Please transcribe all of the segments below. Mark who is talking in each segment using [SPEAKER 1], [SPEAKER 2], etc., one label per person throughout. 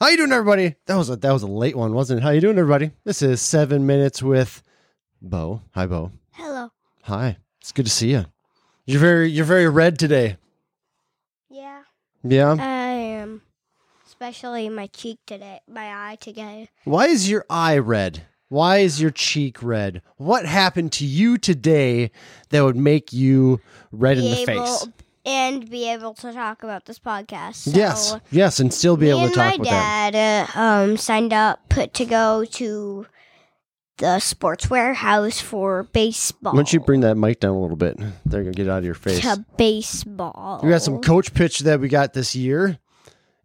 [SPEAKER 1] How you doing, everybody? That was a that was a late one, wasn't it? How you doing, everybody? This is seven minutes with Bo. Hi, Bo.
[SPEAKER 2] Hello.
[SPEAKER 1] Hi. It's good to see you. You're very you're very red today.
[SPEAKER 2] Yeah,
[SPEAKER 1] Yeah.
[SPEAKER 2] I am. Especially my cheek today, my eye today.
[SPEAKER 1] Why is your eye red? Why is your cheek red? What happened to you today that would make you red in the
[SPEAKER 2] able
[SPEAKER 1] face?
[SPEAKER 2] and be able to talk about this podcast. So
[SPEAKER 1] Yes. Yes, and still be
[SPEAKER 2] me
[SPEAKER 1] able to
[SPEAKER 2] and
[SPEAKER 1] talk
[SPEAKER 2] my
[SPEAKER 1] with them.
[SPEAKER 2] dad uh, um signed up put to go to the sports warehouse for baseball.
[SPEAKER 1] Why don't you bring that mic down a little bit? They're gonna get it out of your face.
[SPEAKER 2] to baseball?
[SPEAKER 1] We got some coach pitch that we got this year,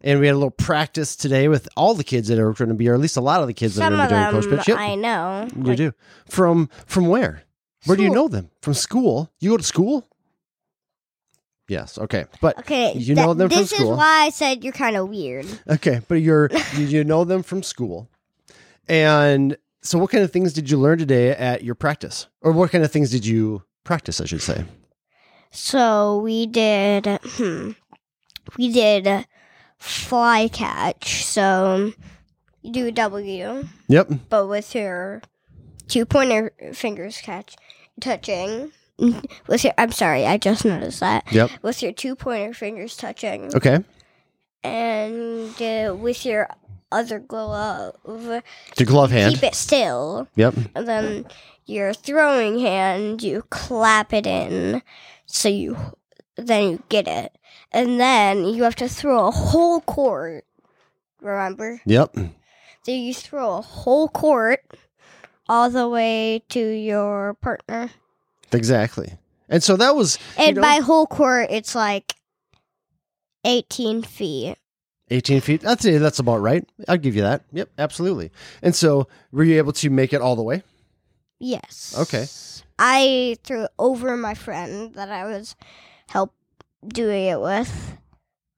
[SPEAKER 1] and we had a little practice today with all the kids that are going to be, or at least a lot of the kids
[SPEAKER 2] Some
[SPEAKER 1] that are going to be
[SPEAKER 2] of them
[SPEAKER 1] doing coach pitch. Yep,
[SPEAKER 2] I know.
[SPEAKER 1] you do. From from where? Where do you
[SPEAKER 2] School.
[SPEAKER 1] know them? From school? You go to school? Yes. Okay. But
[SPEAKER 2] Okay,
[SPEAKER 1] You know them from
[SPEAKER 2] this
[SPEAKER 1] school.
[SPEAKER 2] is why I said you're kind of weird.
[SPEAKER 1] okay, but you're you, you know them from school, and so what kind of things did you learn today at your practice, or what kind of things did you practice? I should say.
[SPEAKER 2] So we did, hmm, we did fly catch. So you do a W,
[SPEAKER 1] Yep.
[SPEAKER 2] but with your two pointer fingers catch, touching. With your, I'm sorry, I just noticed that.
[SPEAKER 1] Yep.
[SPEAKER 2] With your two pointer fingers touching,
[SPEAKER 1] Okay.
[SPEAKER 2] and uh, with your other glove,
[SPEAKER 1] Your glove hand.
[SPEAKER 2] keep it still.
[SPEAKER 1] Yep.
[SPEAKER 2] And then your throwing hand, you clap it in, so you then you get it, and then you have to throw a whole court. Remember,
[SPEAKER 1] Yep.
[SPEAKER 2] so you throw a whole court all the way to your partner,
[SPEAKER 1] Exactly. And so that was
[SPEAKER 2] and
[SPEAKER 1] know-
[SPEAKER 2] by whole court, it's like eighteen feet.
[SPEAKER 1] 18 feet. I'd say that's about right. I'll give you that. Yep, absolutely. And so were you able to make it all the way?
[SPEAKER 2] Yes.
[SPEAKER 1] Okay.
[SPEAKER 2] I threw it over my friend that I was help doing it with,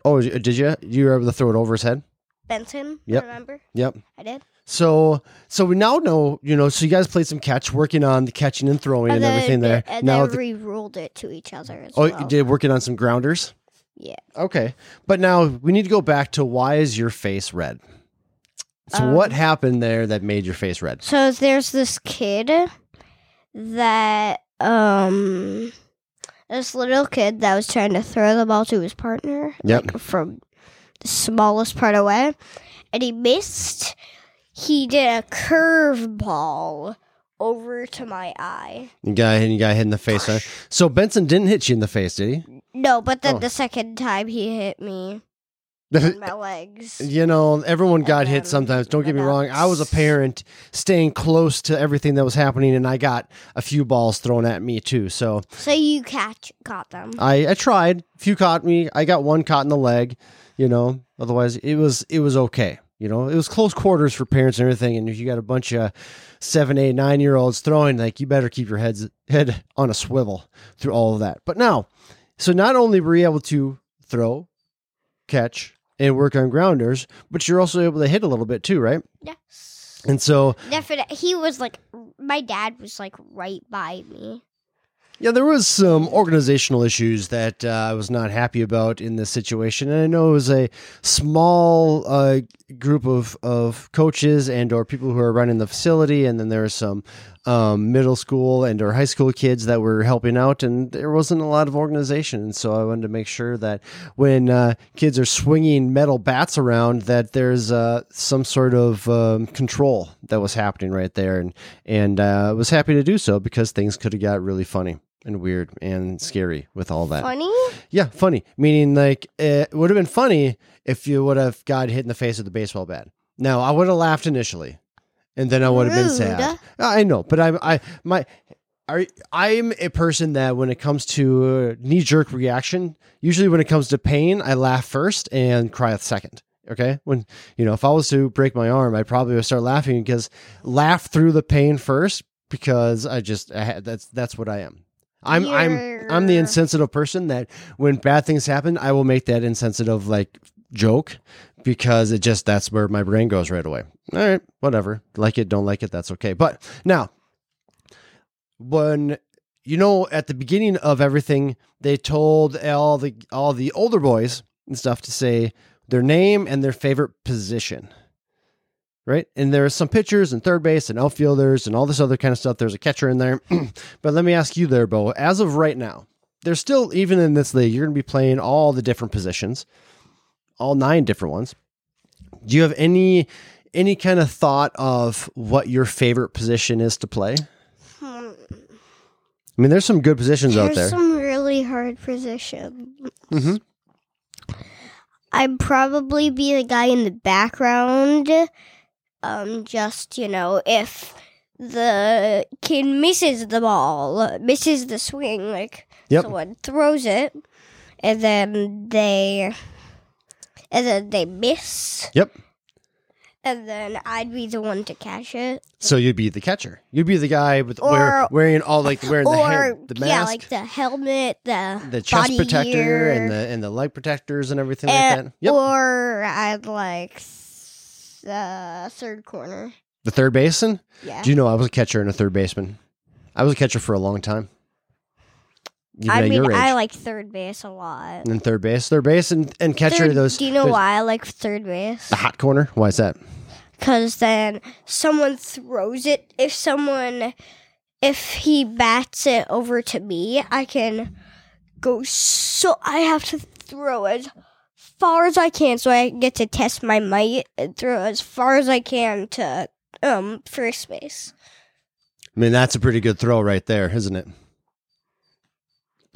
[SPEAKER 1] Oh, did you? You were able to throw it over his head?
[SPEAKER 2] Benson.
[SPEAKER 1] Yep.
[SPEAKER 2] Remember,
[SPEAKER 1] Yep.
[SPEAKER 2] I did.
[SPEAKER 1] So, so we now know, you know, so you guys played some catch, working on the catching and throwing and,
[SPEAKER 2] then
[SPEAKER 1] everything there.
[SPEAKER 2] they- And
[SPEAKER 1] now,
[SPEAKER 2] then
[SPEAKER 1] the,
[SPEAKER 2] we ruled it to each other as
[SPEAKER 1] oh,
[SPEAKER 2] well.
[SPEAKER 1] you did working on some grounders.
[SPEAKER 2] Yeah.
[SPEAKER 1] Okay, but now we need to go back to why is your face red? So,
[SPEAKER 2] Um,
[SPEAKER 1] what happened there that made your face red?
[SPEAKER 2] So there's this kid that um this little kid that was trying to throw the ball to his partner
[SPEAKER 1] Yep.
[SPEAKER 2] like, from the smallest part away and he missed he did a curve ball over to my eye.
[SPEAKER 1] You got hit, you got hit in the face. Huh? So Benson didn't hit you in the face, did
[SPEAKER 2] No, but then
[SPEAKER 1] Oh.
[SPEAKER 2] the second time he hit me
[SPEAKER 1] he?
[SPEAKER 2] on my legs.
[SPEAKER 1] You know, everyone got hit
[SPEAKER 2] then
[SPEAKER 1] sometimes. Don't get me wrong. I was a
[SPEAKER 2] nuts.
[SPEAKER 1] parent staying close to everything that was happening, and I got a few balls thrown at me too. So
[SPEAKER 2] So you catch caught them.
[SPEAKER 1] I, I tried. A few caught me. I got one caught in the leg. You know, otherwise it was it was okay. You know, it was close quarters for parents and everything. And if you got a bunch of seven, eight, nine year olds throwing, like you better keep your heads head on a swivel through all of that. But now, so not only were you able to throw, catch, and work on grounders, but you're also able to hit a little bit too, right?
[SPEAKER 2] Yes.
[SPEAKER 1] And so,
[SPEAKER 2] Definitely, he was like, my dad was like right by me.
[SPEAKER 1] yeah, there was some organizational issues that uh, I was not happy about in this situation, and I know it was a small uh, group of, of coaches and or people who are running the facility, and then there were some um, middle school and or high school kids that were helping out, and there wasn't a lot of organization, and so I wanted to make sure that when uh, kids are swinging metal bats around, that there's uh, some sort of um, control that was happening right there, and and uh, I was happy to do so because things could have got really funny and weird and scary with all that.
[SPEAKER 2] Funny?
[SPEAKER 1] Yeah, funny. Meaning, like, it would have been funny if you would have got hit in the face with a baseball bat. Now, I would have laughed initially, and then I would have been
[SPEAKER 2] Rude.
[SPEAKER 1] sad. I know, but I'm I my are I'm a person that when it comes to knee jerk reaction, usually when it comes to pain, I laugh first and cry second. Okay, when you know if I was to break my arm, I probably would start laughing because laugh through the pain first because I just I had, that's that's what I am. I'm I'm I'm the
[SPEAKER 2] You're-
[SPEAKER 1] insensitive person that when bad things happen, I will make that insensitive like joke because it just that's where my brain goes right away. All right, whatever. Like it, don't like it, that's okay. But now when you know at the beginning of everything, they told all the all the older boys and stuff to say their name and their favorite position. Right? And there are some pitchers and third base and outfielders and all this other kind of stuff. There's a catcher in there. but let me ask you there, Bo, as of right now, there's still, even in this league, you're going to be playing all the different positions, all nine different ones. Do you have any any kind of thought of what your favorite position is to play?
[SPEAKER 2] Hmm.
[SPEAKER 1] I mean, there's some good positions out
[SPEAKER 2] There's
[SPEAKER 1] there.
[SPEAKER 2] some really hard position.
[SPEAKER 1] hmm
[SPEAKER 2] I'd probably be the guy in the background. Um, just, you know, if the kid misses the ball, misses the swing, like
[SPEAKER 1] Yep.
[SPEAKER 2] someone throws it, and then they, and then they miss,
[SPEAKER 1] Yep.
[SPEAKER 2] and then I'd be the one to catch it,
[SPEAKER 1] So you'd be the catcher. You'd be the guy with wear,
[SPEAKER 2] Or-
[SPEAKER 1] wearing all like wearing the
[SPEAKER 2] or
[SPEAKER 1] head, the
[SPEAKER 2] yeah,
[SPEAKER 1] mask,
[SPEAKER 2] like the helmet, the
[SPEAKER 1] the chest
[SPEAKER 2] body
[SPEAKER 1] protector,
[SPEAKER 2] gear,
[SPEAKER 1] and the and the leg protectors and everything like
[SPEAKER 2] and-
[SPEAKER 1] that. Yep.
[SPEAKER 2] or I'd like s- uh, third corner,
[SPEAKER 1] the third baseman.
[SPEAKER 2] yeah.
[SPEAKER 1] Do you know I was a catcher and a third baseman? I was a catcher for a long time. Even
[SPEAKER 2] I
[SPEAKER 1] at
[SPEAKER 2] mean,
[SPEAKER 1] your age.
[SPEAKER 2] I like third base a lot.
[SPEAKER 1] and third base, third base, and, and catcher.
[SPEAKER 2] Third-
[SPEAKER 1] those
[SPEAKER 2] do you know
[SPEAKER 1] those-
[SPEAKER 2] why I like third base?
[SPEAKER 1] The hot corner. Why is that?
[SPEAKER 2] Because then someone throws it. If someone, if he bats it over to me, I can go so. I have to throw as far as I can, so I get to test my might and throw as far as I can to um first base.
[SPEAKER 1] I mean, that's a pretty good throw right there, isn't it?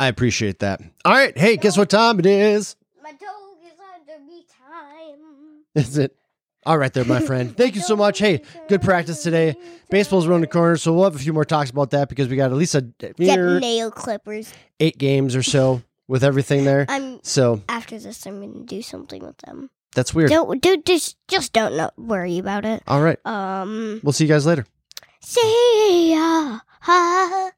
[SPEAKER 1] I appreciate that. All right. Hey, guess what time it is?
[SPEAKER 2] My dog is under me time.
[SPEAKER 1] Is it? All right, there, my friend. Thank you so much. Hey, good practice today. Baseball's around the corner, so we'll have a few more talks about that because we got at least a
[SPEAKER 2] Get
[SPEAKER 1] near
[SPEAKER 2] nail clippers.
[SPEAKER 1] eight games or so with everything there.
[SPEAKER 2] I'm
[SPEAKER 1] So
[SPEAKER 2] after this I'm gonna do something with them.
[SPEAKER 1] that's weird.
[SPEAKER 2] Don't do just just don't know, worry about it.
[SPEAKER 1] All right.
[SPEAKER 2] Um
[SPEAKER 1] We'll see you guys later.
[SPEAKER 2] see ya.